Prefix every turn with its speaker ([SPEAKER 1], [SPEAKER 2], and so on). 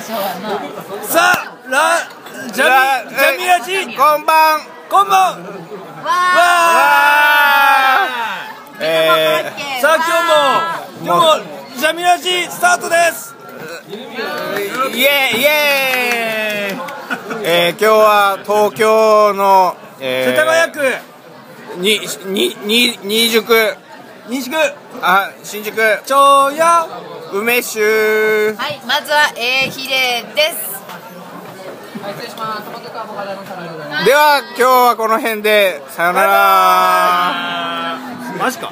[SPEAKER 1] しょうがない
[SPEAKER 2] さあラジャミジャミラジ
[SPEAKER 3] こんばん
[SPEAKER 2] こんば
[SPEAKER 1] わ
[SPEAKER 2] んわあ
[SPEAKER 1] ー
[SPEAKER 3] えー
[SPEAKER 2] さあ今日も今日もジャミラジスタートです
[SPEAKER 3] イエーイイエーイえー、今日は東京の、えー、
[SPEAKER 2] 世田谷区
[SPEAKER 3] ににに新宿
[SPEAKER 2] 西区
[SPEAKER 3] あ新宿
[SPEAKER 2] 長屋
[SPEAKER 3] 梅酒
[SPEAKER 1] はいまずは A 比例です
[SPEAKER 3] では今日はこの辺でさよなら
[SPEAKER 2] マジか